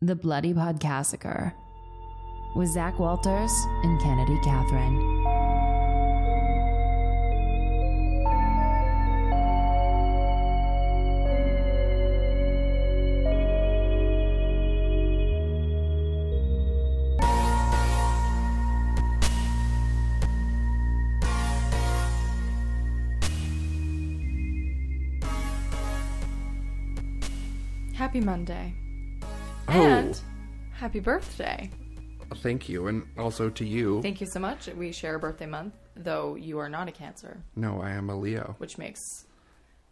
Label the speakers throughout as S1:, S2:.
S1: The Bloody Podcastiker with Zach Walters and Kennedy Catherine.
S2: Happy Monday. And happy birthday.
S3: Oh, thank you, and also to you.
S2: Thank you so much. We share a birthday month, though you are not a Cancer,
S3: no, I am a Leo,
S2: which makes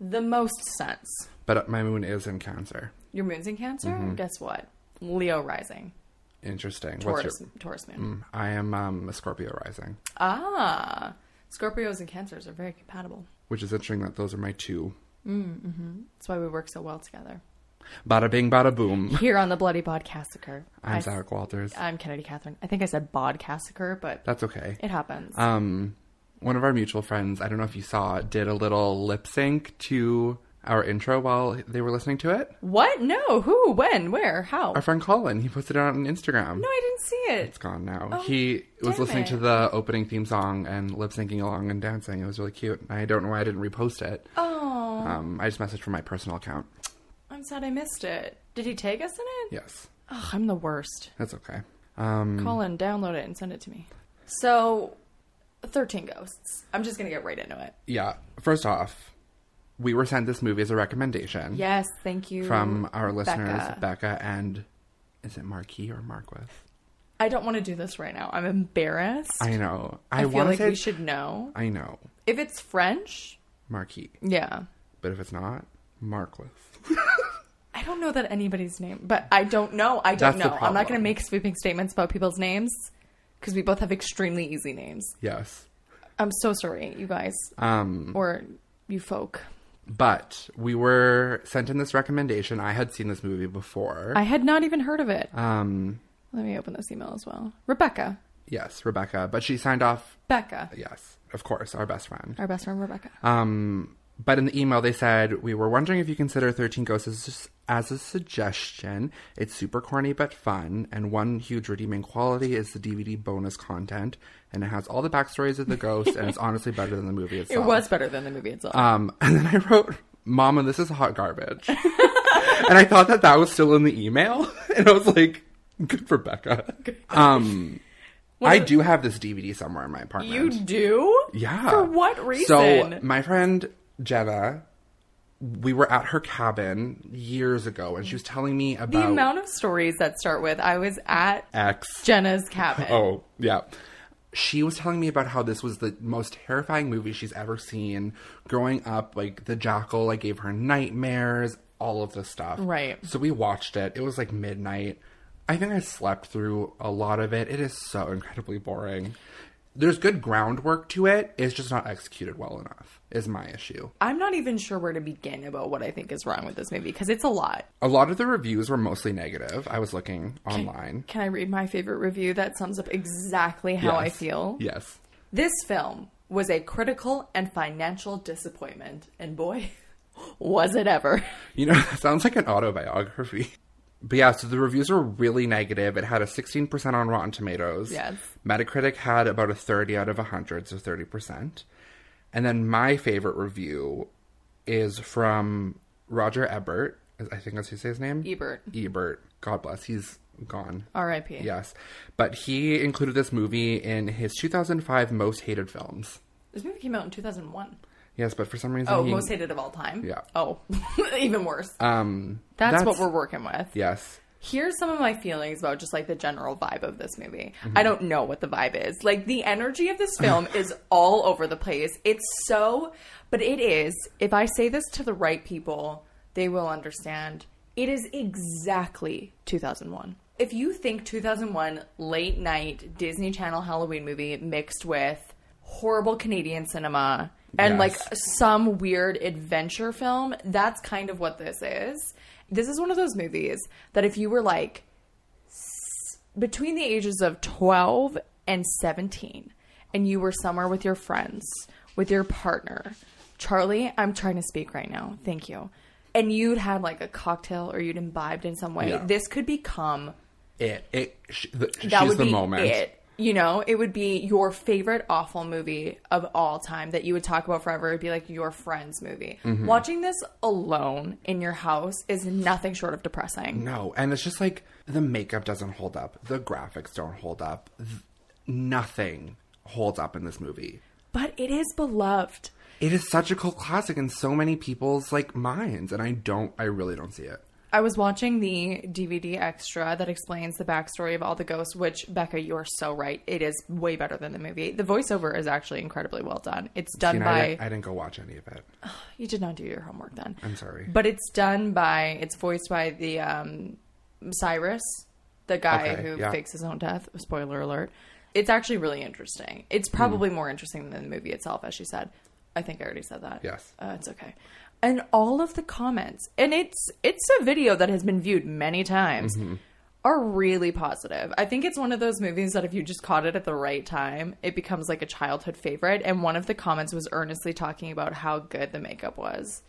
S2: the most sense.
S3: but my moon is in Cancer.
S2: Your moon's in Cancer?
S3: Mm-hmm.
S2: Guess what? Leo rising.
S3: Interesting.
S2: Taurus,
S3: your?
S2: Taurus moon.
S3: Mm, I am um, a Scorpio rising,
S2: Ah. Scorpios and Cancers are very compatible.
S3: which is interesting that those are my two.
S2: That's why we work so well together.
S3: Bada bing, bada boom.
S2: Here on the Bloody Podcastiker.
S3: I'm Zach Walters.
S2: I'm Kennedy Catherine. I think I said Bodcastiker, but
S3: That's okay.
S2: it happens.
S3: Um, one of our mutual friends, I don't know if you saw, did a little lip sync to our intro while they were listening to it.
S2: what? No. Who? When? Where? How?
S3: Our friend Colin, he posted it on Instagram.
S2: no, I didn't see it.
S3: It's gone now.
S2: Oh,
S3: he was
S2: damn
S3: listening to
S2: it.
S3: the opening theme song and lip syncing along and dancing. It was really cute. I don't know why I didn't repost it.
S2: Oh.
S3: Um, I just messaged from my personal account.
S2: I'm sad I missed it. Did he take us in it?
S3: Yes,
S2: Ugh, I'm the worst.
S3: that's okay. Um,
S2: Colin, download it and send it to me. So, 13 Ghosts. I'm just going to get right into it.
S3: yeah. First off, we were sent this movie as a recommendation
S2: Yes, thank you.
S3: from our listeners,
S2: Becca.
S3: Becca, and is it Marquis or Marquis?
S2: I don't want to do this right now. I'm embarrassed. I,
S3: I know. I,
S2: feel
S3: want
S2: like
S3: to say
S2: we should know.
S3: I know
S2: If it's French,
S3: Marquis,
S2: yeah.
S3: but if it's not, Marquis.
S2: I don't know that anybody's name, but I don't know. I don't
S3: That's the
S2: know. I'm not going to
S3: problem.
S2: make sweeping statements about people's names because we both have extremely easy names.
S3: Yes.
S2: I'm so sorry, you guys,
S3: Um,
S2: or you folk.
S3: but we were sent in this recommendation. I had seen this movie before.
S2: I had not even heard of it.
S3: Um,
S2: Let me open this email as well. Rebecca.
S3: yes, Rebecca, but she signed off.
S2: Becca.
S3: Yes, of course, our best friend.
S2: Our best friend, Rebecca.
S3: Um, but in the email, they said, We were wondering if you consider 13 Ghosts as, as a suggestion. It's super corny but fun, and one huge redeeming quality is the DVD bonus content, and it has all the backstories of the ghosts, and it's honestly better than the movie
S2: It
S3: itself.
S2: was better than the movie itself.
S3: Um, and then I wrote, Mama, this is hot garbage. and I thought that that was still in the email, and I was like, Good for Becca. Um, I do have this DVD somewhere in my apartment.
S2: you do?
S3: Yeah.
S2: For what reason?
S3: So uh, my friend Jenna, we were at her cabin years ago, and she was telling me
S2: the
S3: about
S2: amount of stories that start with I was at
S3: X.
S2: Jenna's cabin.
S3: Oh yeah. She was telling me about how this was the most terrifying movie she's ever seen. Growing up, like the jackal, like gave her nightmares, all of this stuff.
S2: Right.
S3: So we watched it. It was like midnight. I think I slept through a lot of it. It is so incredibly boring. There's good groundwork to it. It's just not executed well enough. Is my issue.
S2: I'm not even sure where to begin about what I think is wrong with this movie because it's a lot.
S3: A lot of the reviews were mostly negative. I was looking online.
S2: Can I read my favorite review that sums up exactly how I
S3: Yes.
S2: feel?
S3: Yes.
S2: This film was a critical and financial disappointment, and boy, was it ever.
S3: You know, that sounds like an autobiography. But yeah, so the reviews were really negative. It had a 16% on Rotten Tomatoes.
S2: Yes.
S3: Metacritic had about a 30 out of 100, so 30%. And then my favorite review is from Roger Ebert. is- I think that's who say his name.
S2: Ebert.
S3: Ebert. God bless. He's gone.
S2: R.I.P.
S3: Yes. But he included this movie in his 2005 most hated films.
S2: This movie came out in 2001.
S3: Yes, but for some reason
S2: Oh,
S3: he-
S2: most hated of all time.
S3: Yeah.
S2: Oh, even worse.
S3: um
S2: that's, what we're working with.
S3: Yes.
S2: Here's some of my feelings about just like the general vibe of this movie.
S3: Mm-hmm.
S2: I don't know what the vibe is. Like the energy of this film is all over the place. It's so, but it is, if I say this to the right people, they will understand. It is exactly 2001. If you think 2001 late night Disney Channel Halloween movie mixed with horrible Canadian cinema and
S3: Yes.
S2: like some weird adventure film. That's kind of what this is. This is one of those movies that if you were like s- between the ages of 12 and 17 and you were somewhere with your friends, with your partner. Charlie, I'm trying to speak right now. Thank you. and you'd had like a cocktail or you'd imbibed in some way,
S3: Yeah.
S2: this could become
S3: It. It. Sh- the,
S2: that
S3: she's
S2: would
S3: the
S2: be
S3: moment.
S2: it. You know, it would be your favorite awful movie of all time that you would talk about forever. It'd be like your friend's movie.
S3: Mm-hmm.
S2: Watching this alone in your house is nothing short of depressing.
S3: No, and it's just like the makeup doesn't hold up, the graphics don't hold up, th- nothing holds up in this movie.
S2: But it is beloved.
S3: It is such a cult classic in so many people's like minds, and I don't, I really don't see it.
S2: I was watching the DVD extra that explains the backstory of all the ghosts, which, Becca, you're so right. It is way better than the movie. The voiceover is actually incredibly well done. It's done
S3: You know,
S2: by.
S3: I, didn't, I didn't go watch any of it.
S2: You did not do your homework then.
S3: I'm sorry.
S2: But it's done by it's voiced by the um Cyrus, the guy
S3: Okay,
S2: who
S3: yeah.
S2: fakes his own death. Spoiler alert. It's actually really interesting. It's
S3: Hmm.
S2: probably more interesting than the movie itself, as she said. I think I already said that.
S3: Yes.
S2: Uh, it's okay. And all of the comments, and it's it's a video that has been viewed many times,
S3: Mm-hmm.
S2: are really positive. I think it's one of those movies that if you just caught it at the right time, it becomes like a childhood favorite. And one of the comments was earnestly talking about how good the makeup was.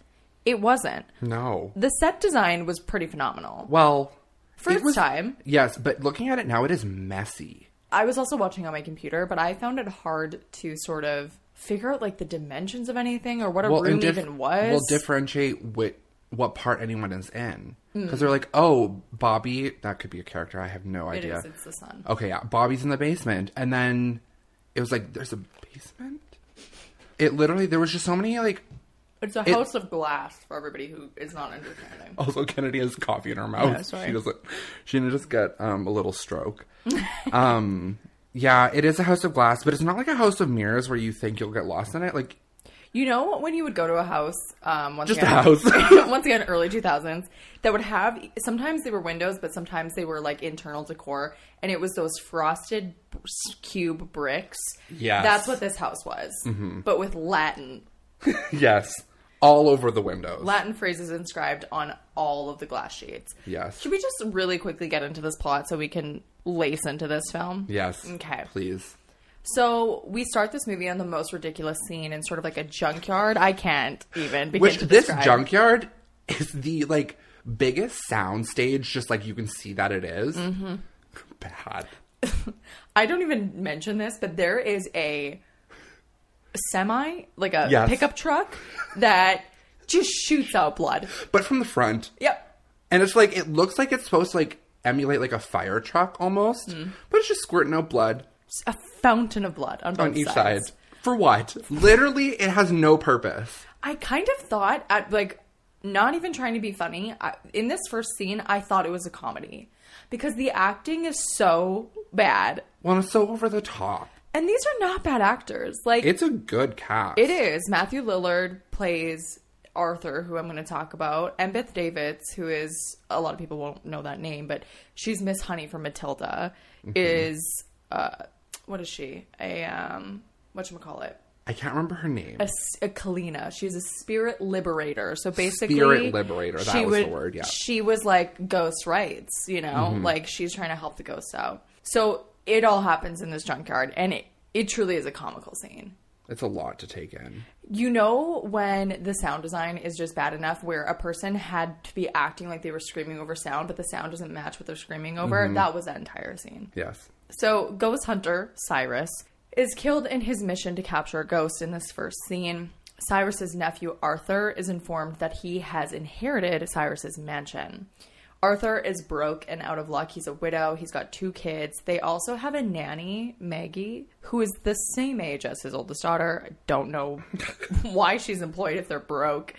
S2: It wasn't.
S3: No.
S2: The set design was pretty phenomenal.
S3: Well,
S2: For
S3: it
S2: its time.
S3: Yes, but looking at it now, it is messy.
S2: I was also watching on my computer, but I found it hard to sort of figure out like the dimensions of anything or what a room
S3: and dif-
S2: even was.
S3: We'll differentiate what what part anyone is in
S2: Hmm.
S3: because they're like, oh, Bobby, that could be a character. I have no
S2: It
S3: idea.
S2: is. It's the sun.
S3: Okay, yeah, Bobby's in the basement, and then it was like, there's a basement. It literally there was just so many like.
S2: It's a house of glass for everybody who is not understanding.
S3: Also, Kennedy has coffee in her mouth.
S2: Yeah, sorry.
S3: She doesn't. She didn't just get um, a little stroke. um, yeah, it is a house of glass, but it's not like a house of mirrors where you think you'll get lost in it. Like
S2: You know when you would go to a house, um, once
S3: Just
S2: again,
S3: a house.
S2: once again, early two thousands, that would have sometimes they were windows, but sometimes they were like internal decor, and it was those frosted b- cube bricks.
S3: Yes. Mm-hmm.
S2: that's what this house was, but with Latin
S3: yes, all over the windows.
S2: Latin phrases inscribed on all of the glass sheets.
S3: Yes.
S2: Should we just really quickly get into this plot so we can lace into this film?
S3: yes.
S2: Okay.
S3: Please.
S2: So we start this movie on the most ridiculous scene in sort of like a junkyard. I can't even begin
S3: Which
S2: to
S3: this
S2: describe.
S3: junkyard is the like biggest soundstage. Just like you can see that it is.
S2: Mm-hmm.
S3: Bad.
S2: I don't even mention this, but there is a semi, like a
S3: Yes.
S2: pickup truck that just shoots out blood.
S3: but from the front.
S2: Yep.
S3: And it's like it looks like it's supposed to like emulate like a fire truck almost,
S2: Mm.
S3: but it's just squirting out blood
S2: Just A fountain of blood on, both
S3: on each side.
S2: sides.
S3: For what? Literally, it has no purpose.
S2: I kind of thought at like not even trying to be funny I, in this first scene. I thought it was a comedy because the acting is so bad,
S3: Well, it's so over the top.
S2: and these are not bad actors. Like
S3: It's a good cast.
S2: it is Matthew Lillard plays Arthur, who I'm going to talk about, and Beth Davids, who is a lot of people won't know that name, but she's Miss Honey from Matilda. Is uh, what is she? A um, what call it?
S3: I can't remember her name.
S2: a, s- a Kalina. She's a spirit liberator. So basically,
S3: Spirit liberator, that was the word, yeah. Mm-hmm.
S2: she was like ghost rights. You know, like she's trying to help the ghosts out. So it all happens in this junkyard, and it it truly is a comical scene.
S3: It's a lot to take in.
S2: You know when the sound design is just bad enough where a person had to be acting like they were screaming over sound, but the sound doesn't match what they're screaming over.
S3: Mm-hmm.
S2: That was that entire scene.
S3: Yes.
S2: So, ghost hunter Cyrus is killed in his mission to capture a ghost in this first scene. Cyrus's nephew Arthur is informed that he has inherited Cyrus's mansion. Arthur is broke and out of luck. He's a widow. He's got two kids. They also have a nanny, Maggie, who is the same age as his oldest daughter. I don't know why she's employed if they're broke.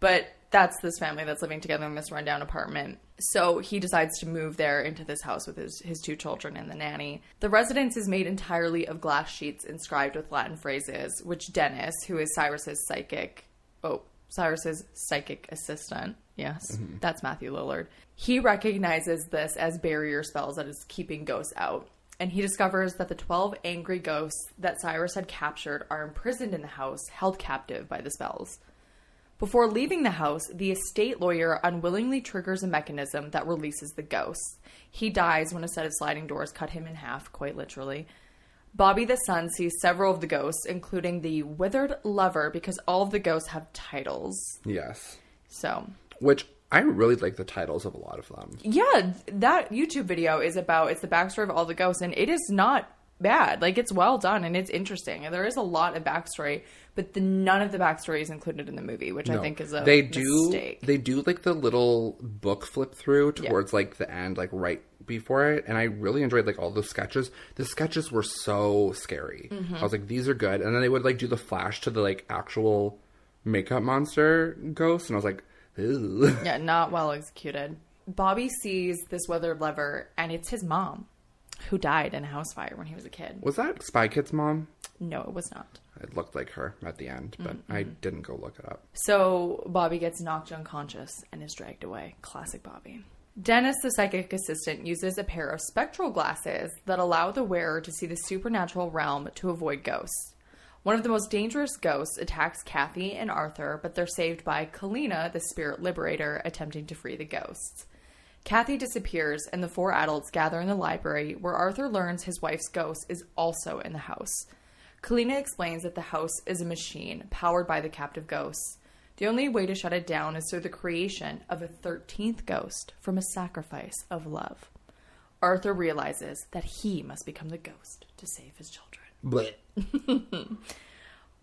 S2: But that's this family that's living together in this rundown apartment. So he decides to move there into this house with his, his two children and the nanny. The residence is made entirely of glass sheets inscribed with Latin phrases, which Dennis, who is Cyrus's psychic, oh, Cyrus's psychic assistant, yes, that's Matthew Lillard, he recognizes this as barrier spells that is keeping ghosts out and he discovers that the 12 angry ghosts that Cyrus had captured are imprisoned in the house, held captive by the spells. Before leaving the house, the estate lawyer unwillingly triggers a mechanism that releases the ghosts. He dies when a set of sliding doors cut him in half, quite literally. Bobby the son sees several of the ghosts, including the withered lover, because all of the ghosts have titles.
S3: Yes.
S2: So
S3: Which I really like the titles of a lot of them.
S2: Yeah, that YouTube video is about it's the backstory of all the ghosts, and it is not bad. Like it's well done and it's interesting, and there is a lot of backstory, but the, none of the backstory is included in the movie, which I
S3: No.
S2: think is a
S3: Oh. they do
S2: mistake.
S3: they do like the little book flip through towards like the end, like right before it, and I really enjoyed like all the sketches. The sketches were so scary.
S2: Mm-hmm.
S3: I was like, these are good, and then they would like do the flash to the like actual makeup monster ghost, and I was like, Ew.
S2: Yeah, not well executed. Bobby sees this weathered lover, and it's his mom, who died in a house fire when he was a kid.
S3: was that Spy Kids mom?
S2: No, it was not.
S3: It looked like her at the end, but
S2: Mm-hmm.
S3: I didn't go look it up.
S2: So Bobby gets knocked unconscious and is dragged away. Classic Bobby. Dennis, the psychic assistant, uses a pair of spectral glasses that allow the wearer to see the supernatural realm to avoid ghosts. One of the most dangerous ghosts attacks Kathy and Arthur, but they're saved by Kalina, the spirit liberator, attempting to free the ghosts. Kathy disappears, and the four adults gather in the library where Arthur learns his wife's ghost is also in the house. Kalina explains that the house is a machine powered by the captive ghosts. The only way to shut it down is through the creation of a 13th ghost from a sacrifice of love. Arthur realizes that he must become the ghost to save his children.
S3: But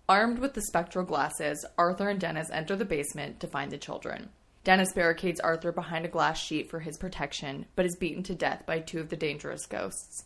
S2: Armed with the spectral glasses, Arthur and Dennis enter the basement to find the children. Dennis barricades Arthur behind a glass sheet for his protection, but is beaten to death by two of the dangerous ghosts.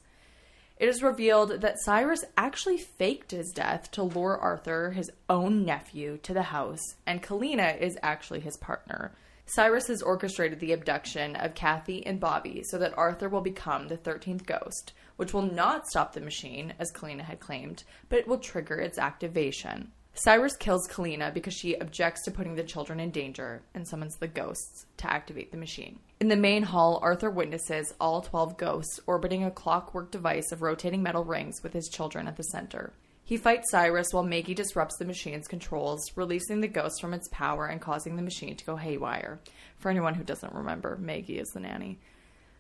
S2: It is revealed that Cyrus actually faked his death to lure Arthur, his own nephew, to the house, and Kalina is actually his partner. Cyrus has orchestrated the abduction of Kathy and Bobby so that Arthur will become the 13th ghost, which will not stop the machine, as Kalina had claimed, but it will trigger its activation. Cyrus kills Kalina because she objects to putting the children in danger and summons the ghosts to activate the machine. In the main hall, Arthur witnesses all 12 ghosts orbiting a clockwork device of rotating metal rings with his children at the center. He fights Cyrus while Maggie disrupts the machine's controls, releasing the ghost from its power and causing the machine to go haywire. For anyone who doesn't remember, Maggie is the nanny.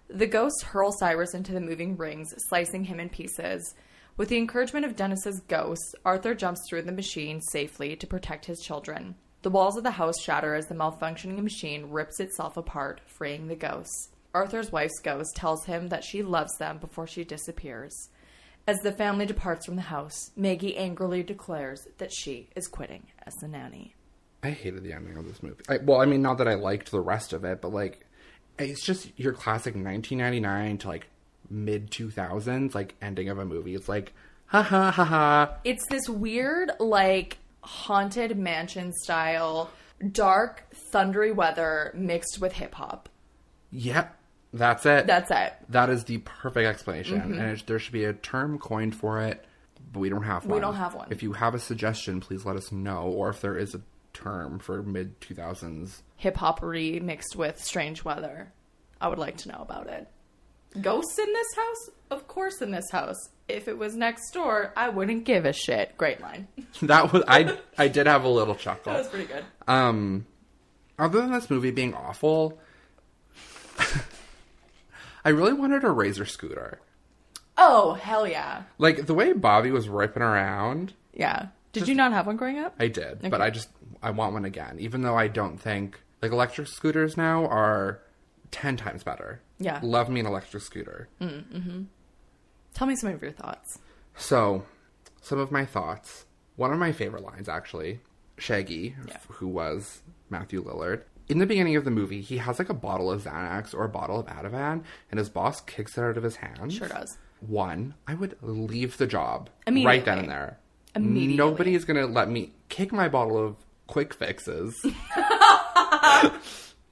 S2: The ghosts hurl Cyrus into the moving rings, slicing him in pieces. With the encouragement of Dennis's ghosts, Arthur jumps through the machine safely to protect his children. The walls of the house shatter as the malfunctioning machine rips itself apart, freeing the ghosts. Arthur's wife's ghost tells him that she loves them before she disappears. As the family departs from the house, Maggie angrily declares that she is quitting as the nanny.
S3: I hated the ending of this movie. I, well, I mean, not that I liked the rest of it, but like, it's just your classic 1999 to like mid 2000s like ending of a movie. It's like, ha ha ha ha.
S2: It's this weird, like, haunted mansion style, dark, thundery weather mixed with hip hop.
S3: Yep, that's it.
S2: That's Mm-hmm. it.
S3: that is the perfect explanation, and it, there should be a term coined for it, but we don't have one.
S2: don't have one.
S3: If you have a suggestion, please let us know, or if there is a term for mid 2000s.
S2: Hip hoppery mixed with strange weather. I would like to know about it. Ghosts in this house? Of course, in this house. If it was next door, I wouldn't give a shit. Great line.
S3: That was I. I did have a little chuckle.
S2: That was pretty good.
S3: Um, other than this movie being awful, I really wanted a razor scooter.
S2: Oh, hell yeah.
S3: Like the way Bobby was ripping around,
S2: Yeah. Did you not have one growing up?
S3: I did, but I just I want one again. Even though I don't think like electric scooters now are ten times better.
S2: Yeah.
S3: love me an electric scooter.
S2: Tell me some of your thoughts.
S3: So, some of my thoughts. One of my favorite lines, actually, Shaggy, f- who was Matthew Lillard. In the beginning of the movie, he has like a bottle of Xanax or a bottle of Ativan, and his boss kicks it out of his hand.
S2: Sure does.
S3: One, I would leave the job right then
S2: Immediately.
S3: and there.
S2: Immediately.
S3: Nobody is going to let me kick my bottle of quick fixes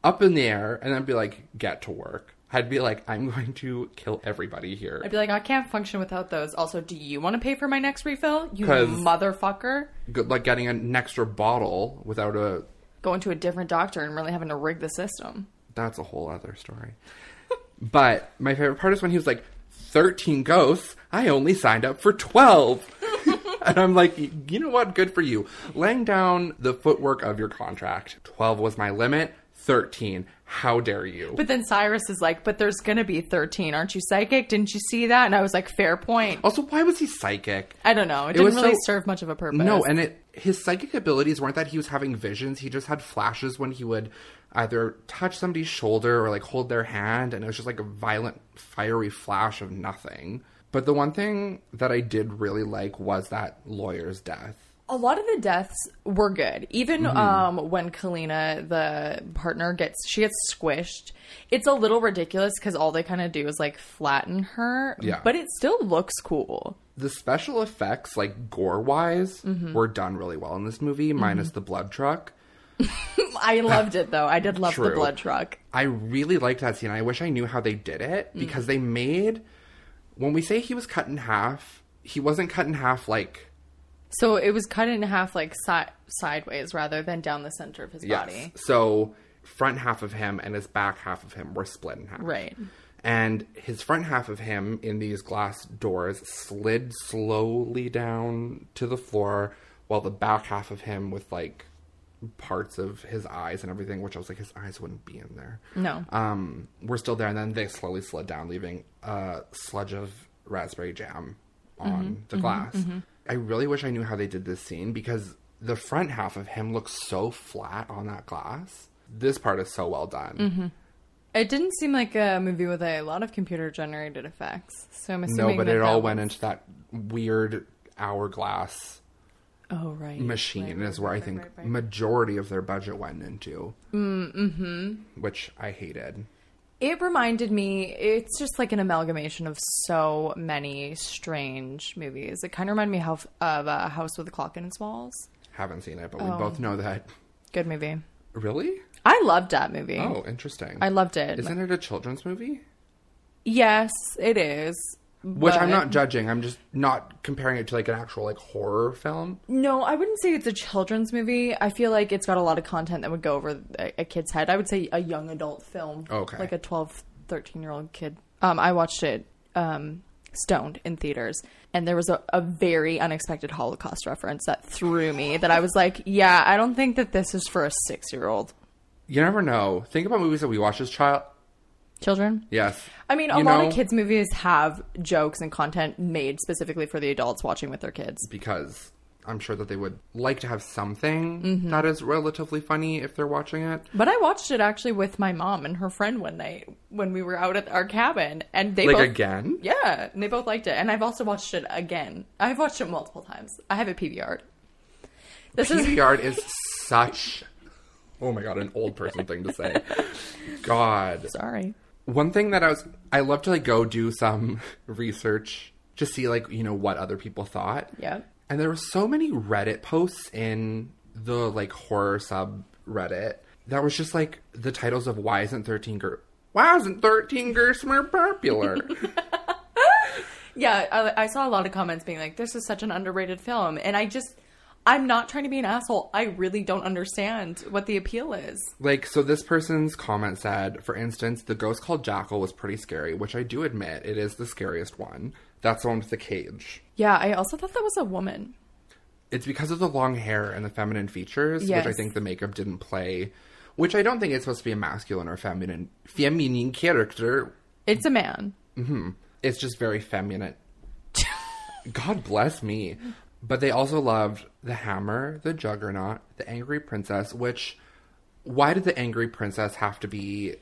S3: up in the air and then be like, get to work. I'd be like, I'm going to kill everybody here.
S2: I'd be like, I can't function without those. Also, do you want to pay for my next refill? You
S3: 'Cause-
S2: motherfucker.
S3: good like getting an extra bottle without a
S2: Going to a different doctor and really having to rig the system.
S3: that's a whole other story but my favorite part is when he was like 13 ghosts i only signed up for 12 and i'm like "Y- you know what good for you laying down the footwork of your contract 12 was my limit 13 how dare you
S2: But then Cyrus is like, but there's going to be 13. Aren't you psychic? Didn't you see that? And I was like, fair point.
S3: also why was he psychic
S2: I don't know. It,
S3: Oh. was
S2: didn't really
S3: so-
S2: serve much of a purpose.
S3: no and it his psychic abilities weren't that he was having visions. He just had flashes when he would either touch somebody's shoulder or like hold their hand, and it was just like a violent, fiery flash of nothing. But the one thing that I did really like was that lawyer's death.
S2: a lot of the deaths were good. Even
S3: Mm-hmm.
S2: um, when Kalina, the partner, gets she gets squished, it's a little ridiculous because all they kind of do is like flatten her.
S3: Yeah.
S2: but it still looks cool.
S3: The special effects, like gore wise, were done really well in this movie, minus the blood truck.
S2: I loved it though. I did love the
S3: True.
S2: blood truck.
S3: I really liked that scene. I wish I knew how they did it because they made when we say he was cut in half, he wasn't cut in half like
S2: So it was cut in half like si- sideways rather than down the center of his
S3: yes.
S2: body.
S3: So front half of him and his back half of him were split in half.
S2: Right.
S3: And his front half of him in these glass doors slid slowly down to the floor while the back half of him with like parts of his eyes and everything, which I was like, his eyes wouldn't be in there.
S2: No.
S3: um, were still there, and then they slowly slid down, leaving a sludge of raspberry jam
S2: Mm-hmm.
S3: on the glass. I really wish I knew how they did this scene because the front half of him looks so flat on that glass. This part is so well done.
S2: Mm-hmm. it didn't seem like a movie with a lot of computer generated effects. So I'm assuming
S3: No, but
S2: that
S3: it all
S2: that
S3: went
S2: was-
S3: into that weird hourglass
S2: Oh right.
S3: machine
S2: Right,
S3: is where I
S2: right,
S3: think
S2: right, right.
S3: majority of their budget went into. Mm-hmm. Which I hated.
S2: It reminded me, it's just like an amalgamation of so many strange movies. It kind of reminded me how, of uh, House with a Clock in Its Walls.
S3: Haven't seen it, but
S2: Oh.
S3: we both know that.
S2: Good movie.
S3: Really?
S2: I loved that movie.
S3: Oh, interesting.
S2: I loved it.
S3: Isn't it a children's movie?
S2: yes, it is.
S3: Which I'm
S2: but-
S3: not judging. I'm just not comparing it to like an actual like horror film.
S2: No, I wouldn't say it's a children's movie. I feel like it's got a lot of content that would go over a, a kid's head. I would say a young adult film.
S3: Oh, Okay.
S2: Like a 12, 13 year old kid. Um, I watched it um, stoned in theaters, and there was a, a very unexpected Holocaust reference that threw me that I was like, yeah, I don't think that this is for a six year old.
S3: You never know. Think about movies that we watched as child.
S2: Children?
S3: Yes.
S2: I mean, a
S3: You
S2: lot of
S3: know,
S2: kids' movies have jokes and content made specifically for the adults watching with their kids.
S3: because I'm sure that they would like to have something
S2: Mm-hmm.
S3: that is relatively funny if they're watching it.
S2: But I watched it actually with my mom and her friend one night when we were out at our cabin, and they
S3: Like
S2: both,
S3: again,
S2: yeah, and they both liked it. And I've also watched it again. I've watched it multiple times. I have a PVR. This is
S3: Yard is such. Oh my god, an old person thing to say. God.
S2: sorry.
S3: one thing that I was I love to like go do some research to see like you know what other people thought.
S2: Yeah.
S3: And there were so many Reddit posts in the like horror subreddit that was just like the titles of why isn't 13 Ger why isn't 13 Gersmer popular?
S2: Yeah, I, I saw a lot of comments being like, "This is such an underrated film," and I just, I'm not trying to be an asshole. I really don't understand what the appeal is.
S3: like so this person's comment said, for instance, the ghost called Jackal was pretty scary, which I do admit it is the scariest one. That's the one with the cage.
S2: Yeah, I also thought that was a woman.
S3: it's because of the long hair and the feminine features, which I
S2: Yes.
S3: think the makeup didn't play. Which I don't think it's supposed to be a masculine or feminine feminine character.
S2: It's a man.
S3: It's just very feminine. God bless me. But they also loved the hammer, the juggernaut, the angry princess. Which, why did the angry princess have to be?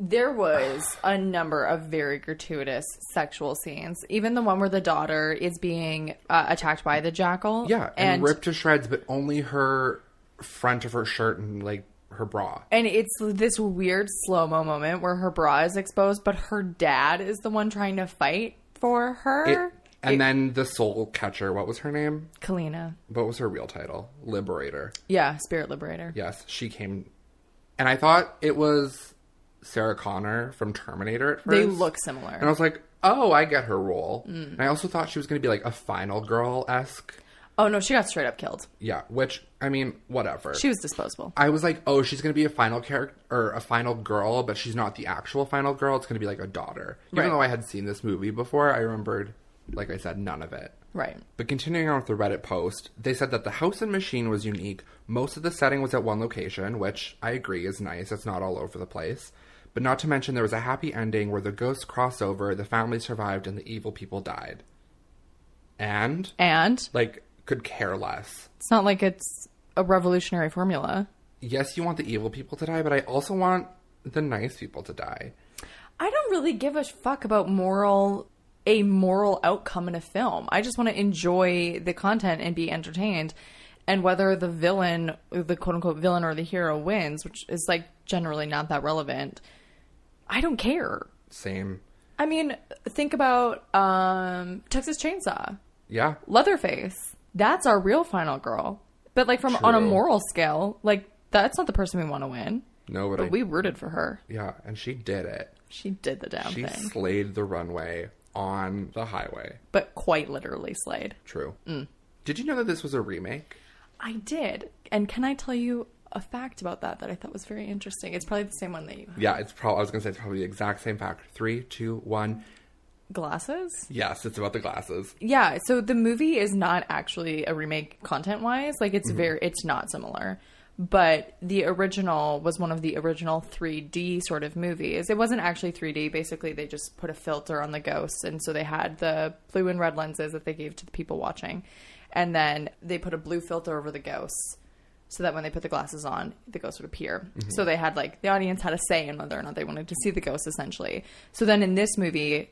S2: There was a number of very gratuitous sexual scenes. Even the one where the daughter is being uh, attacked by the jackal.
S3: Yeah, and,
S2: and
S3: ripped to shreds, but only her front of her shirt and like her bra.
S2: and it's this weird slow mo moment where her bra is exposed, but her dad is the one trying to fight for her.
S3: It- and then the soul catcher. What was her name?
S2: Kalina,
S3: What was her real title? Liberator.
S2: yeah, spirit liberator.
S3: Yes, she came, and I thought it was Sarah Connor from Terminator. At first.
S2: They look
S3: and I
S2: similar.
S3: was like, "Oh, I get her role." And I also thought she was going to be like a Final Girl esque.
S2: Oh no, she got straight up killed.
S3: Yeah, which I mean, whatever.
S2: She was disposable.
S3: I was like, "Oh, she's going to be a final character or a final girl, but she's not the actual final girl. It's going to be like a daughter." Even
S2: Right.
S3: though I had seen this movie before, I remembered, like I said, none of it.
S2: Right.
S3: But continuing on with the Reddit post, they said that the house and machine was unique. Most of the setting was at one location, which I agree is nice. It's not all over the place. But not to mention, there was a happy ending where the ghosts crossed over, the family survived, and the evil people died. And,
S2: And
S3: like, could care less.
S2: It's not like it's a revolutionary formula.
S3: Yes, you want the evil people to die, but I also want the nice people to die.
S2: I don't really give a fuck about moral a moral outcome in a film. I just want to enjoy the content and be entertained. And whether the villain, the quote unquote villain or the hero wins, which is like generally not that relevant, I don't care.
S3: Same.
S2: I mean, think about um, Texas Chainsaw,
S3: Yeah.
S2: Leatherface. That's our real final girl. But like from on a
S3: True.
S2: moral scale, like that's not the person we want to win.
S3: No, but, I,
S2: But we rooted for her.
S3: yeah, and she did it.
S2: She did the damn
S3: She
S2: thing.
S3: slayed the runway on the highway.
S2: But quite literally slayed.
S3: True. Did you know that this was a remake?
S2: I did. And can I tell you a fact about that that I thought was very interesting? It's probably the same one that you have.
S3: Yeah, it's probably. I was gonna say it's probably the exact same fact. Three, two, one.
S2: Glasses?
S3: Yes, it's about the glasses.
S2: Yeah, so the movie is not actually a remake content wise. Like it's very it's not similar. But the original was one of the original 3D sort of movies. It wasn't actually 3D. Basically, they just put a filter on the ghosts. And so they had the blue and red lenses that they gave to the people watching. And then they put a blue filter over the ghosts. so that when they put the glasses on, the ghost would appear. So they had like the audience had a say in whether or not they wanted to see the ghost, essentially. So then in this movie,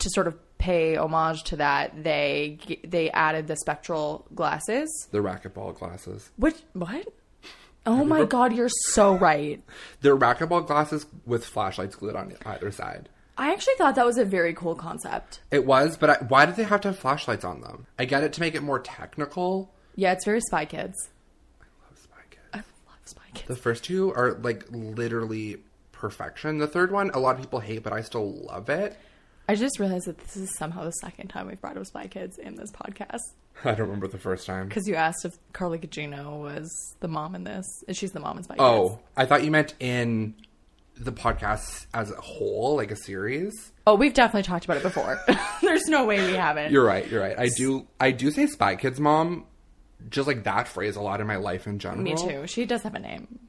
S2: to sort of pay homage to that, they g- they added the spectral glasses.
S3: The racquetball glasses.
S2: Which what? Oh my god, you're so right.
S3: They're racquetball glasses with flashlights glued on either side.
S2: I actually thought that was a very cool concept.
S3: It was, but I, why did they have to have flashlights on them? I get it to make it more technical.
S2: Yeah, it's very Spy Kids.
S3: Spy Kids.
S2: I love Spy Kids.
S3: The first two are like literally perfection. The third one, a lot of people hate, but I still love it.
S2: I just realized that this is somehow the second time we've brought up Spy Kids in this podcast.
S3: I don't remember the first time.
S2: Because you asked if Carly Gugino was the mom in this. and She's the mom in Spy Kids.
S3: Oh, I thought you meant in the podcast as a whole, like a series.
S2: Oh, we've definitely talked about it before. There's no way we haven't.
S3: You're right. You're right. I do. I do say Spy Kids mom, just like that phrase a lot in my life in general.
S2: Me too. She does have a name.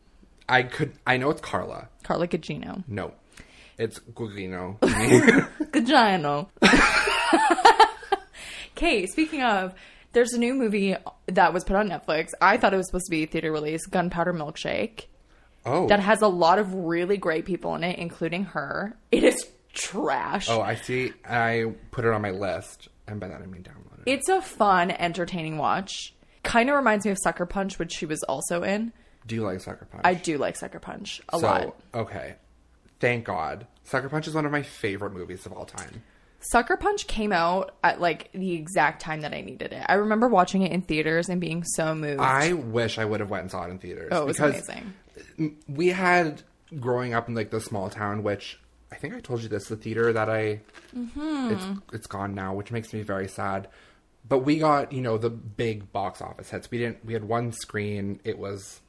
S3: I could. I know it's Carla.
S2: Carla Gugino.
S3: No, it's Gugino.
S2: Gugino. Okay, speaking of, there's a new movie that was put on Netflix. I thought it was supposed to be theater release, Gunpowder Milkshake,
S3: oh.
S2: that has a lot of really great people in it, including her. It is trash.
S3: oh, I see. I put it on my list, and by that I mean download it.
S2: It's a fun, entertaining watch. Kind of reminds me of Sucker Punch, which she was also in.
S3: Do you like Sucker Punch?
S2: I do like Sucker Punch a
S3: so,
S2: lot.
S3: Okay. Thank God. Sucker Punch is one of my favorite movies of all time.
S2: Sucker Punch came out at like the exact time that I needed it. I remember watching it in theaters and being so moved.
S3: I wish I would have went and saw it in theaters.
S2: oh, it was
S3: because
S2: amazing.
S3: We had growing up in like the small town, which I think I told you this, the theater that I it's it's gone now, which makes me very sad. But we got, you know, the big box office hits. We didn't we had one screen, it was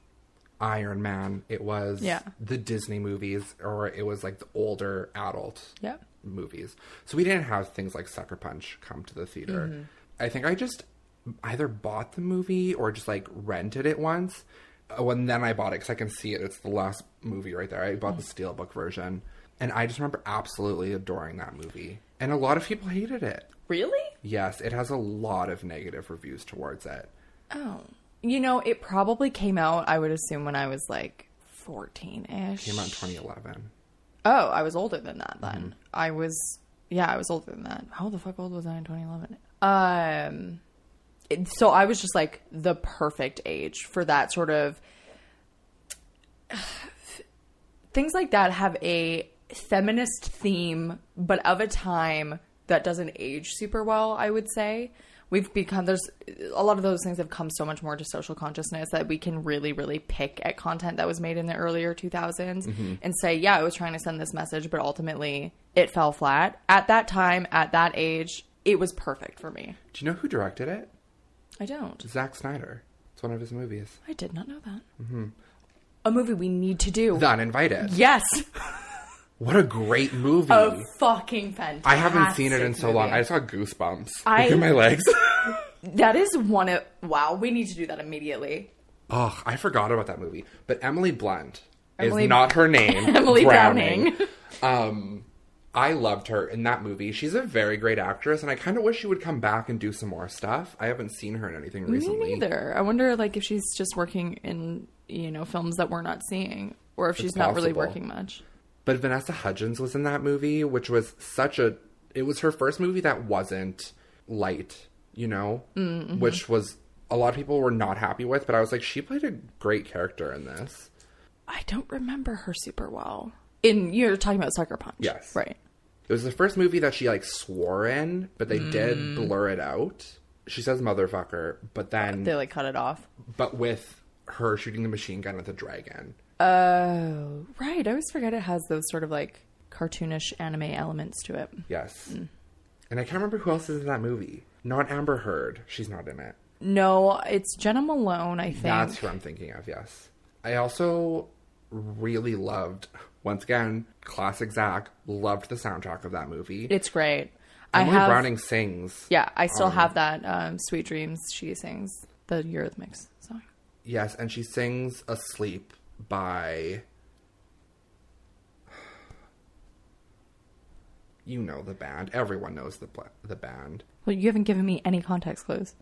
S3: Iron Man, it was
S2: Yeah.
S3: the Disney movies, or it was like the older adult
S2: Yeah.
S3: movies. So we didn't have things like Sucker Punch come to the theater. I think I just either bought the movie or just like rented it once. Oh, and then I bought it because I can see it. It's the last movie right there. I bought the steelbook version, and I just remember absolutely adoring that movie. And a lot of people hated it.
S2: Really?
S3: Yes, it has a lot of negative reviews towards it.
S2: Oh. You know, it probably came out, I would assume, when I was like 14 ish.
S3: Came out in 2011.
S2: Oh, I was older than that then.
S3: Mm-hmm.
S2: I was, yeah, I was older than that. How the fuck old was I in 2011? Um, it- so I was just like the perfect age for that sort of things like that have a feminist theme, but of a time that doesn't age super well, I would say. We've become, there's a lot of those things have come so much more to social consciousness that we can really, really pick at content that was made in the earlier 2000s
S3: Mm-hmm.
S2: and say, yeah, I was trying to send this message, but ultimately it fell flat. At that time, at that age, it was perfect for me.
S3: Do you know who directed it?
S2: I don't.
S3: Zack Snyder. It's one of his movies.
S2: I did not know that. A movie we need to do.
S3: Mm-hmm. The Uninvited.
S2: yes.
S3: What a great movie!
S2: A fucking fantastic.
S3: I haven't seen it in so long.
S2: movie.
S3: I saw goosebumps.
S2: I-
S3: Look at my legs.
S2: That is one of wow. We need to do that immediately.
S3: Oh, I forgot about that movie. But Emily Blunt
S2: Emily-
S3: is not her name.
S2: Emily Browning.
S3: Um, I loved her in that movie. She's a very great actress, and I kind of wish she would come back and do some more stuff. I haven't seen her in anything recently.
S2: Me neither. I wonder, like, if she's just working in you know films that we're not seeing, or if she's not really
S3: possible.
S2: working much.
S3: But Vanessa Hudgens was in that movie, which was such a. It was her first movie that wasn't light, you know?
S2: Mm-hmm.
S3: Which was. A lot of people were not happy with, but I was like, she played a great character in this.
S2: I don't remember her super well. In you're talking about Sucker Punch,
S3: Yes.
S2: right?
S3: It was the first movie that she, like, swore in, but they did blur it out. She says motherfucker, but then.
S2: They like cut it off.
S3: but with her shooting the machine gun at the dragon.
S2: Oh, right. I always forget it has those sort of like cartoonish anime elements to it.
S3: Yes.
S2: Mm.
S3: And I can't remember who else is in that movie. Not Amber Heard. She's not in it.
S2: No, it's Jenna Malone, I think.
S3: That's who I'm thinking of, yes. I also really loved, once again, classic Zach, loved the soundtrack of that movie.
S2: it's great. I
S3: Emily
S2: have
S3: Browning Oh. sings.
S2: Yeah, I still have that um, Sweet Dreams she sings the Eurythmics song.
S3: Yes, and she sings Asleep by. You know the band. Everyone knows the pla- the band.
S2: Well, you haven't given me any context clues.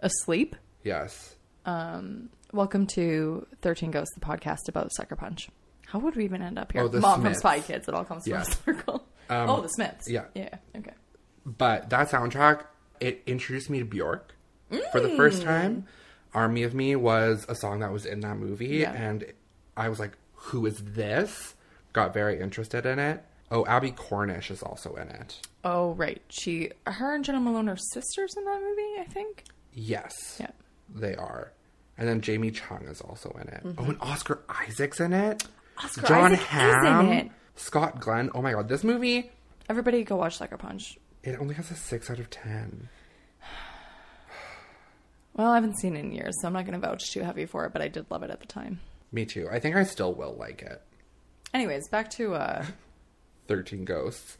S2: Asleep?
S3: Yes.
S2: Welcome to 13 Ghosts, the podcast about Sucker Punch. How would we even end up here?
S3: Oh, the
S2: Mom
S3: Smiths.
S2: from Spy Kids. It all comes
S3: Yeah. Um,
S2: from a circle. oh, the Smiths.
S3: yeah.
S2: Yeah. Okay.
S3: But that soundtrack, it introduced me to Bjork for the first time. Army of Me was a song that was in that movie,
S2: Yeah.
S3: and I was like, who is this? Got very interested in it. Oh, Abby Cornish is also in it.
S2: Oh, right. She, her and Jenna Malone are sisters in that movie, I think.
S3: Yes.
S2: Yeah.
S3: They are. And then Jamie Chung is also in it. Oh, and Oscar Isaac's in it.
S2: Mm-hmm. Oscar Isaac is in it.
S3: Scott Glenn. Oh my god, this movie,
S2: Everybody go watch Sucker Punch.
S3: it only has a 6 out of 10.
S2: Well, I haven't seen it in years, so I'm not going to vouch too heavy for it, but I did love it at the time.
S3: Me too. I think I still will like it.
S2: Anyways, back to, uh,
S3: 13 ghosts.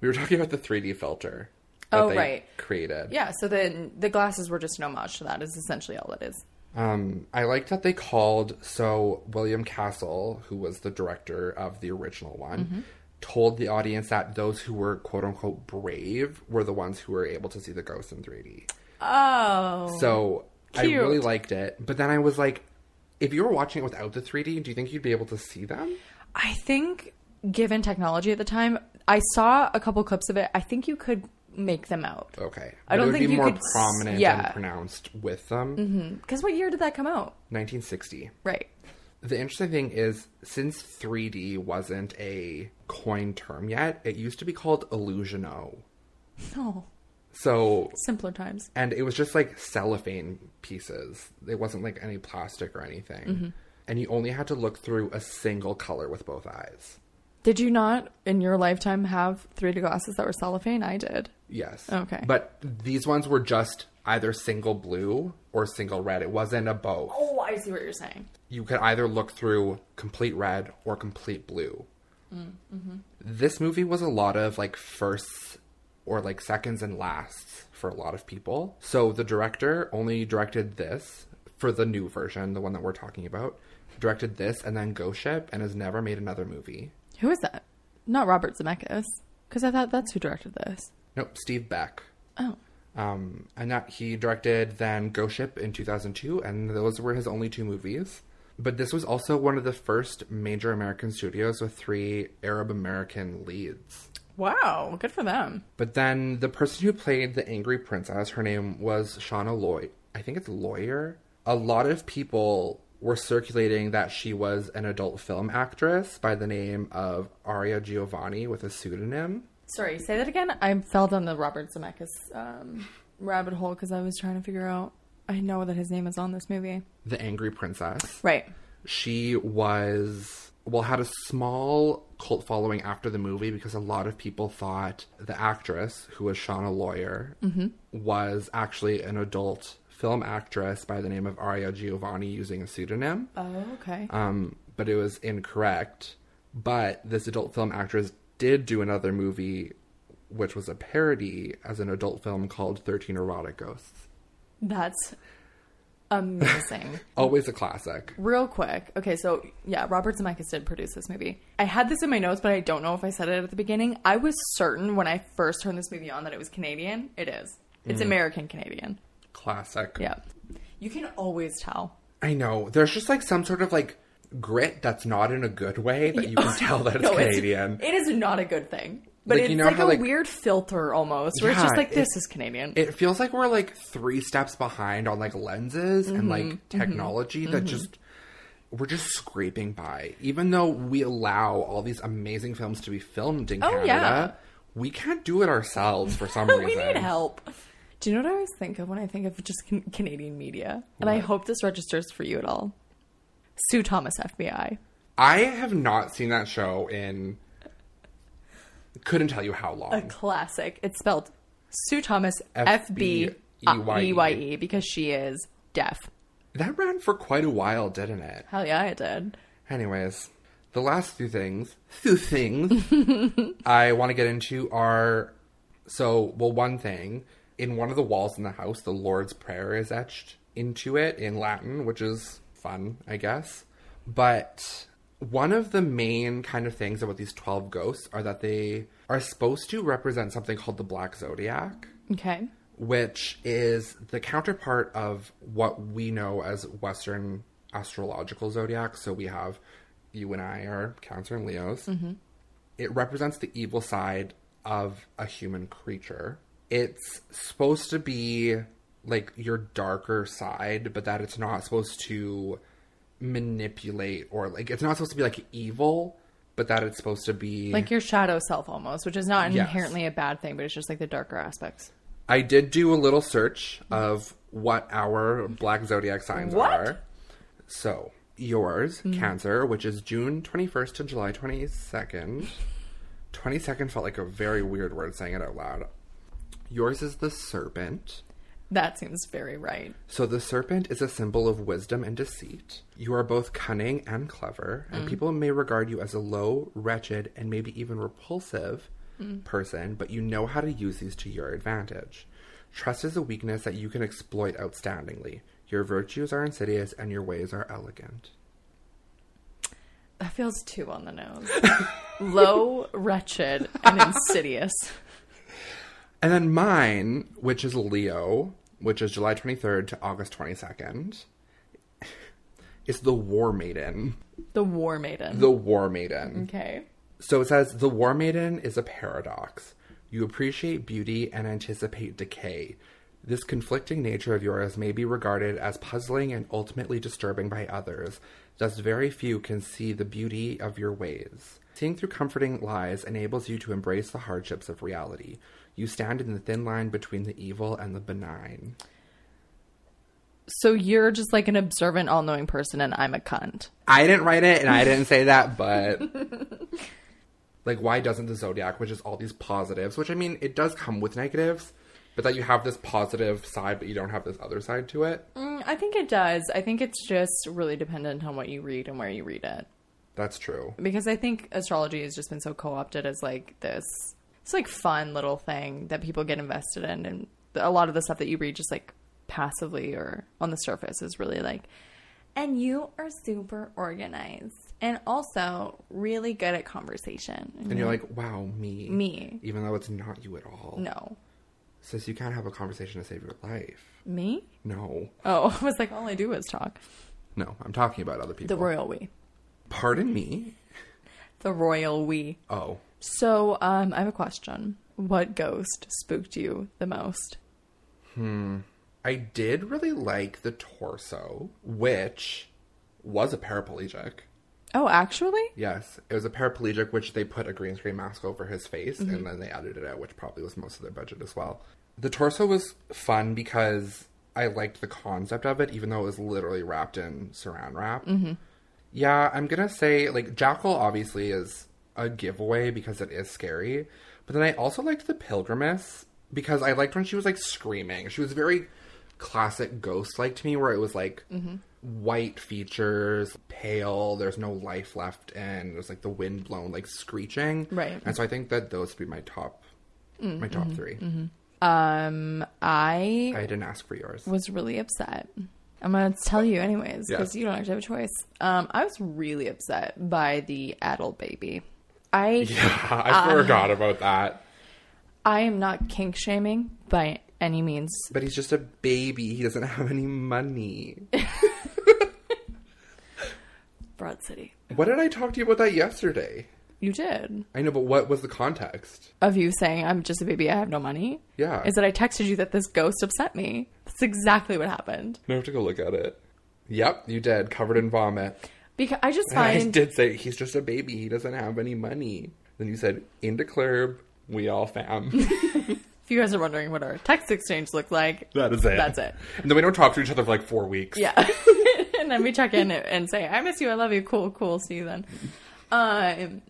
S3: We were talking about the 3D filter.
S2: Oh, right.
S3: Created.
S2: yeah, so the, the glasses were just an homage to that, is essentially all it is.
S3: Um, I liked that they called, so William Castle, who was the director of the original one,
S2: Mm-hmm.
S3: told the audience that those who were quote unquote brave were the ones who were able to see the ghosts in 3D.
S2: Oh.
S3: So I
S2: Cute.
S3: really liked it. But then I was like, if you were watching it without the 3D, do you think you'd be able to see them?
S2: I think, given technology at the time, I saw a couple clips of it. I think you could make them out.
S3: Okay.
S2: I
S3: But
S2: don't
S3: it would
S2: think
S3: be
S2: you
S3: more
S2: could s-
S3: prominent
S2: yeah. Mm-hmm.
S3: and pronounced with them.
S2: Because Hmm. what year did that come out?
S3: 1960.
S2: Right.
S3: The interesting thing is, since 3D wasn't a coined term yet, it used to be called illusiono.
S2: Oh,
S3: So,
S2: simpler times.
S3: and it was just like cellophane pieces. It wasn't like any plastic or anything. And you only had to look through a single color with both eyes.
S2: Did you not, in your lifetime, have 3D glasses that were cellophane? I did.
S3: Yes.
S2: Okay.
S3: But these ones were just either single blue or single red. It wasn't a both.
S2: Oh, I see what you're saying.
S3: you could either look through complete red or complete blue. This movie was a lot of like firsts or like seconds and lasts for a lot of people. So the director only directed this for the new version, the one that we're talking about. Directed this and then Ghost Ship and has never made another movie.
S2: Who is that? Not Robert Zemeckis. Because I thought that's who directed this.
S3: Nope, Steve Beck.
S2: Oh.
S3: Um, and that he directed then Ghost Ship in 2002, and those were his only two movies. But this was also one of the first major American studios with three Arab American leads.
S2: Wow. Good for them.
S3: But then the person who played the angry princess, her name was Shauna Lloyd. I think it's Lawyer. A lot of people were circulating that she was an adult film actress by the name of Aria Giovanni with a pseudonym.
S2: Sorry, say that again. I fell down the Robert Zemeckis um, rabbit hole because I was trying to figure out. I know that his name is on this movie.
S3: The angry princess.
S2: Right.
S3: she was well had a small cult following after the movie because a lot of people thought the actress who was shauna lawyer was actually an adult film actress by the name of aria giovanni using a pseudonym
S2: Oh, okay.
S3: um, but it was incorrect but this adult film actress did do another movie which was a parody as an adult film called 13 erotic ghosts
S2: That's amazing.
S3: Always a classic.
S2: Real quick. Okay, so yeah, Robert Zemeckis did produce this movie. I had this in my notes, but I don't know if I said it at the beginning. I was certain when I first turned this movie on that it was Canadian. It is.
S3: Mm.
S2: It's American Canadian.
S3: Classic.
S2: Yeah. You can always tell.
S3: I know. There's just like some sort of like grit that's not in a good way that you can tell that it's
S2: No,
S3: Canadian.
S2: It's, it is not a good thing. But
S3: Like,
S2: it's
S3: you know
S2: like
S3: how,
S2: a
S3: like-
S2: weird filter almost, where it's just
S3: Yeah,
S2: like, this
S3: it's-
S2: is Canadian.
S3: it feels like we're like three steps behind on like lenses and
S2: Mm-hmm.
S3: like technology that just we're just scraping by. Even though we allow all these amazing films to be filmed in
S2: Oh,
S3: Canada,
S2: yeah.
S3: we can't do it ourselves for some
S2: we
S3: reason.
S2: need help. Do you know what I always think of when I think of just can- Canadian media? And I hope this registers for you at all. Sue Thomas, FBI.
S3: I have not seen that show in couldn't tell you how long.
S2: A classic. It's spelled Sue Thomas,
S3: Mm. F
S2: F
S3: B
S2: B
S3: E Y E.
S2: E Y E, because she is deaf.
S3: That ran for quite a while, didn't it?
S2: Hell yeah, I did.
S3: Anyways, the last few things, few things I want to get into are so, well, one thing in one of the walls in the house, the Lord's Prayer is etched into it in Latin, which is fun, I guess. But one of the main kind of things about these 12 ghosts are that they are supposed to represent something called the Black Zodiac
S2: Okay.
S3: which is the counterpart of what we know as Western astrological zodiac. So we have you and I are Cancer and Leos. It represents the evil side of a human creature. It's supposed to be like your darker side, but that it's not supposed to manipulate or like it's not supposed to be like evil, but that it's supposed to be
S2: Like your shadow self almost, which is not
S3: Yes.
S2: inherently a bad thing, but it's just like the darker aspects.
S3: I did do a little search of what our black zodiac signs
S2: What?
S3: are. So, yours, Cancer, which is June 21st to July 22nd. 22nd felt like a very weird word saying it out loud. Yours is the serpent.
S2: That seems very right.
S3: So, the serpent is a symbol of wisdom and deceit. You are both cunning and clever, and people may regard you as a low, wretched, and maybe even repulsive person, but you know how to use these to your advantage. Trust is a weakness that you can exploit outstandingly. Your virtues are insidious, and your ways are elegant.
S2: That feels too on the nose. Low, wretched, and insidious.
S3: And then mine, which is Leo, which is July 23rd to August 22nd, is the War Maiden.
S2: The War Maiden.
S3: The War Maiden.
S2: okay.
S3: So it says the War Maiden is a paradox. You appreciate beauty and anticipate decay. This conflicting nature of yours may be regarded as puzzling and ultimately disturbing by others, thus, very few can see the beauty of your ways. Seeing through comforting lies enables you to embrace the hardships of reality. You stand in the thin line between the evil and the benign.
S2: So you're just like an observant, all knowing person, and I'm a cunt.
S3: I didn't write it and I didn't say that, but like why doesn't the zodiac, which is all these positives, which I mean it does come with negatives, but that you have this positive side but you don't have this other side to it.
S2: Mm, I think it does. I think it's just really dependent on what you read and where you read it.
S3: That's true.
S2: Because I think astrology has just been so co opted as like this, it's like fun little thing that people get invested in. And a lot of the stuff that you read just like passively or on the surface is really like, and you are super organized and also really good at conversation.
S3: And you're like, wow, me.
S2: Mm-hmm. Me.
S3: Even though it's not you at all.
S2: No.
S3: Sis, you can't have a conversation to save your life.
S2: Me?
S3: No.
S2: Oh, I was like, all I do is talk.
S3: No, I'm talking about
S2: The
S3: other people.
S2: royal we.
S3: Pardon me.
S2: The royal we.
S3: Oh.
S2: So, um, I have a question. What ghost spooked you the most?
S3: I did really like the torso, which was a paraplegic.
S2: Oh, actually?
S3: Yes, it was a paraplegic, which they put a green screen mask over his face, and then they edited it, which probably was most of their budget as well. The torso was fun because I liked the concept of it, even though it was literally wrapped in saran wrap. Yeah, I'm gonna say like Jackal obviously is a giveaway because it is scary, but then I also liked the Pilgrimess because I liked when she was like screaming. She was very classic ghost like to me, where it was like white features, pale. There's no life left, and there's like the wind blown, like screeching.
S2: Right.
S3: And so I think that those would be my top, my top 3
S2: Um, I um,
S3: I didn't ask for yours.
S2: was really upset I'm gonna tell you anyways
S3: Yeah.
S2: because you don't actually have a choice. Um, I was really upset by the adult baby. I
S3: Yeah, I forgot about that.
S2: I am not kink shaming by any means.
S3: But he's just a baby. He doesn't have any money.
S2: Broad City,
S3: What did I talk to you about that yesterday?
S2: you did
S3: I know, but what was the context?
S2: of you saying I'm just a baby. I have no money.
S3: Yeah.
S2: is that I texted you that this ghost upset me. That's exactly what happened.
S3: I have to go look at it. Yep, you did. Covered in vomit.
S2: Because I just
S3: And I
S2: find
S3: did say he's just a baby. He doesn't have any money. Then you said into club. We all fam.
S2: if you guys are wondering what our text exchange looked like,
S3: That is it.
S2: That's it.
S3: And then we don't talk to each other for like four weeks.
S2: Yeah. and then we check in and say, I miss you. I love you. Cool, cool. See you then. Um,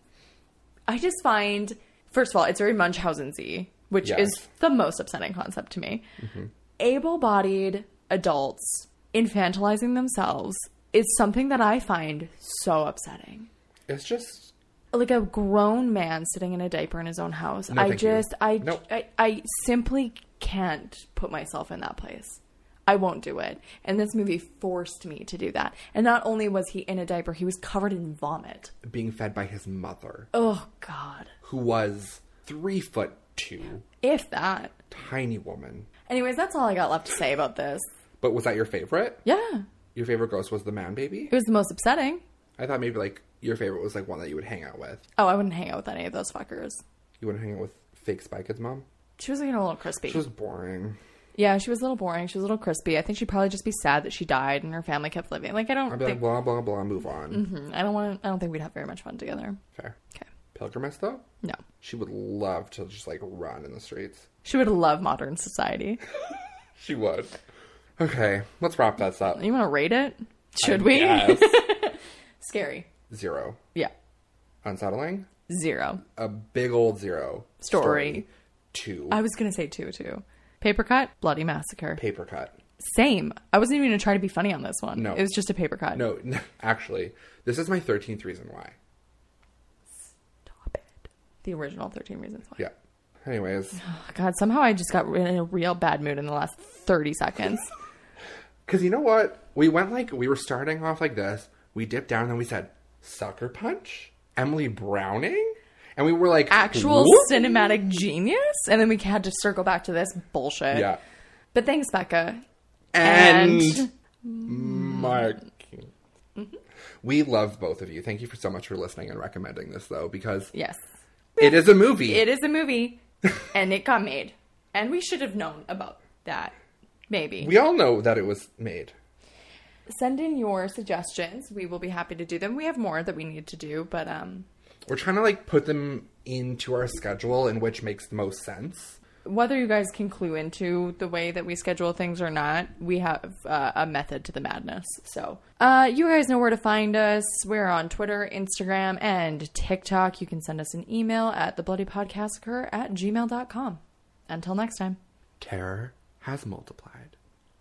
S2: I just find, first of all, it's very Munchausen Z, which
S3: Yes.
S2: is the most upsetting concept to me.
S3: Mm-hmm.
S2: Able bodied adults infantilizing themselves is something that I find so upsetting.
S3: It's just
S2: Like a grown man sitting in a diaper in his own house.
S3: No,
S2: I
S3: thank you.
S2: just, I,
S3: Nope.
S2: I, I simply can't put myself in that place. I won't do it. And this movie forced me to do that. And not only was he in a diaper, he was covered in vomit.
S3: being fed by his mother,
S2: Oh, God.
S3: who was three foot two,
S2: If that.
S3: tiny woman.
S2: Anyways, that's all I got left to say about this.
S3: But was that your favorite?
S2: Yeah.
S3: Your favorite ghost was the man baby?
S2: It was the most upsetting.
S3: I thought maybe like your favorite was like one that you would hang out with.
S2: Oh, I wouldn't hang out with any of those fuckers.
S3: You wouldn't hang out with fake Spy Kids mom?
S2: She was looking a little crispy.
S3: She was boring.
S2: yeah, she was a little boring. She was a little crispy. I think she'd probably just be sad that she died and her family kept living. Like I don't
S3: I'd be like,
S2: think
S3: blah, blah, blah, move on.
S2: Hmm, I don't want. I don't think we'd have very much fun together.
S3: Fair.
S2: Mm-hmm. Okay.
S3: Pilgrimess, though?
S2: No.
S3: She would love to just like run in the streets.
S2: She would love modern society.
S3: She would. Okay, let's wrap this up.
S2: You want to rate it? Should we?
S3: Yes.
S2: Scary.
S3: zero.
S2: Yeah.
S3: Unsettling?
S2: Zero.
S3: A big old zero.
S2: Story. Uh,
S3: Two.
S2: I was gonna say two too. Paper cut. Bloody massacre.
S3: Paper cut.
S2: Same. I wasn't even gonna try to be funny on this one.
S3: No.
S2: It was just a paper cut.
S3: No, no, actually, this is my 13th reason why.
S2: Stop it. The original Thirteen Reasons Why.
S3: Yeah. Anyways,
S2: Oh, God. Somehow I just got in a real bad mood in the last thirty seconds.
S3: because you know what? We went like, we were starting off like this. We dipped down and we said, Sucker Punch? Emily Browning? And we were like,
S2: Actual
S3: "Whoop."
S2: cinematic genius. And then we had to circle back to this bullshit.
S3: Yeah.
S2: But thanks, Becca.
S3: and, Mark.
S2: Mm-hmm.
S3: We love both of you. Thank you for so much for listening and recommending this, though, because
S2: Yes.
S3: it is a movie.
S2: It is a movie, and it got made. And we should have known about that. Maybe.
S3: we all know that it was made.
S2: Send in your suggestions. We will be happy to do them. We have more that we need to do, but um,
S3: We're trying to like put them into our schedule in which makes the most sense.
S2: whether you guys can clue into the way that we schedule things or not, we have uh, a method to the madness. So, uh, you guys know where to find us. We're on Twitter, Instagram, and TikTok. You can send us an email at theblooddypodcastcur at gmail.com. Until next time.
S3: Terror has multiplied.